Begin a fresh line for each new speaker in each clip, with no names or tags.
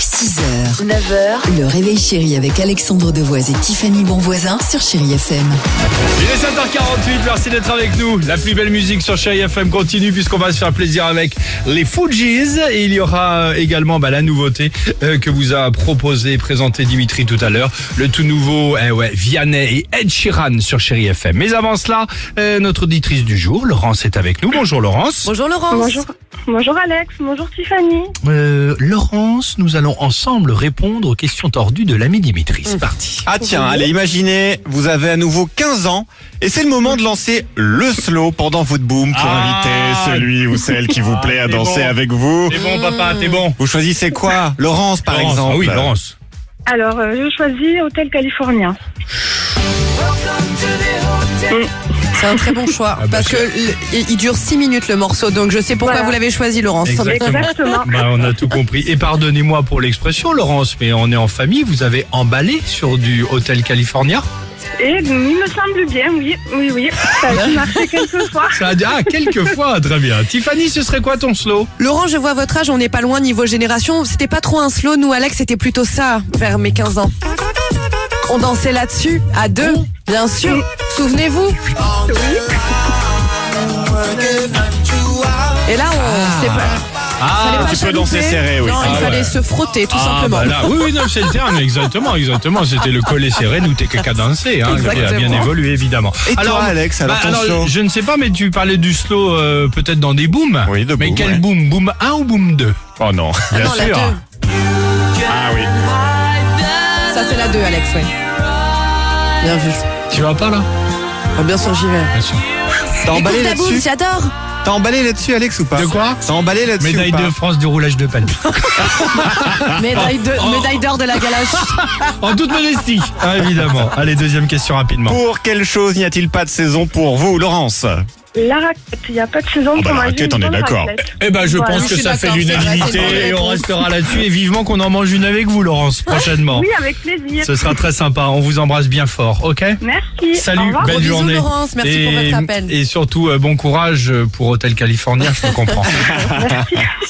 6h, 9h, le réveil chéri avec Alexandre Devoise et Tiffany Bonvoisin sur Chéri FM.
Il est 7h48, merci d'être avec nous. La plus belle musique sur Chéri FM continue puisqu'on va se faire plaisir avec les Fujis. Et il y aura euh, également bah, la nouveauté euh, que vous a proposé et présenté Dimitri tout à l'heure. Le tout nouveau eh ouais, Vianney et Ed Sheeran sur Chéri FM. Mais avant cela, euh, notre auditrice du jour, Laurence, est avec nous. Bonjour Laurence.
Bonjour Laurence.
Bonjour. Bonjour Alex, bonjour Tiffany.
Euh, Laurence, nous allons ensemble répondre aux questions tordues de l'ami Dimitri. C'est parti.
Ah tiens, allez, imaginez, vous avez à nouveau 15 ans et c'est le moment de lancer le slow pendant votre boom pour
Ah.
inviter celui ou celle qui vous
Ah,
plaît à
c'est
danser
bon.
avec vous.
T'es bon papa, t'es bon.
Vous choisissez quoi Laurence par
Laurence,
exemple.
ah oui, Laurence.
Alors, euh, je choisis Hôtel Californien.
C'est un très bon choix
Ah bah,
parce que
c'est-
le- il il dure 6 minutes le morceau donc je sais pourquoi
Voilà.
vous l'avez choisi Laurence.
Exactement.
Exactement.
Bah, on a tout compris. Et pardonnez-moi pour l'expression, Laurence, mais on est en famille. Vous avez emballé sur du Hôtel California.
Et il me semble bien, oui, oui, oui. Ça a dû marcher quelques fois.
Ça a dit, ah, quelques fois, très bien. Tiffany, ce serait quoi ton slow
Laurent, je vois votre âge, on n'est pas loin niveau génération, c'était pas trop un slow nous Alex, c'était plutôt ça vers mes 15 ans. On dansait là-dessus à deux, bien sûr. Souvenez-vous. Et là, on c'était pas- fallait
Ah,
pas
tu peux danser
chalouper.
serré, oui.
Non, il
Ah
fallait
ouais.
se frotter tout
Ah,
simplement.
bah là, oui, oui, non, c'est le terme, exactement, exactement. C'était le collet serré, nous t'es qu'à danser, hein, qui a bien
Exactement.
évolué, évidemment. bah,
Et toi, Alex, alors, ton slow
Je ne sais pas, mais tu parlais du slow euh, peut-être dans des booms.
Oui, de
Mais
boom,
quel
ouais.
boom Boom 1 ou boom 2
Oh non.
Bien
Non, la
sûr.
deux.
Ah oui.
Ça c'est la 2 Alex, ouais. Bien vu.
Tu vas pas là
Ah, bien sûr, j'y vais.
Bien sûr.
T'as emballé
Écoute ta boule,
là-dessus
j'adore.
T'as emballé là-dessus Alex ou pas
De quoi
T'as emballé là-dessus ou
Médaille
pas
de France du roulage de palme.
Médaille de- médaille d'or de la galache.
En toute modestie. Ah, évidemment. Allez, deuxième question rapidement.
Pour quelle chose n'y a-t-il pas de saison pour vous, Laurence
La raclette, il n'y a pas de saison
bah,
pour
la
moi. j'ai une
raclette, on est
bonne
d'accord.
raclette.
Eh ben, je
Voilà.
pense
Je
que
suis
ça fait
d'accord, c'est vrai, c'est une bonne
l'unanimité et on
réponse.
restera là-dessus et vivement qu'on en mange une avec vous, Laurence, prochainement.
Oui, avec plaisir.
Ce sera très sympa. On vous embrasse bien fort, ok
Merci. Au
Salut,
revoir.
belle
Gros bisous,
journée.
Laurence. Merci
et,
pour votre appel.
Et surtout, euh, bon courage euh, pour Hôtel California, je te comprends.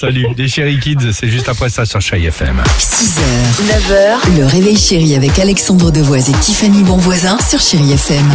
Salut, les chéri kids, c'est juste après ça sur Chai FM.
6h, 9h, le réveil chéri avec Alexandre Devoise et Tiffany Bonvoisin sur Chéri FM.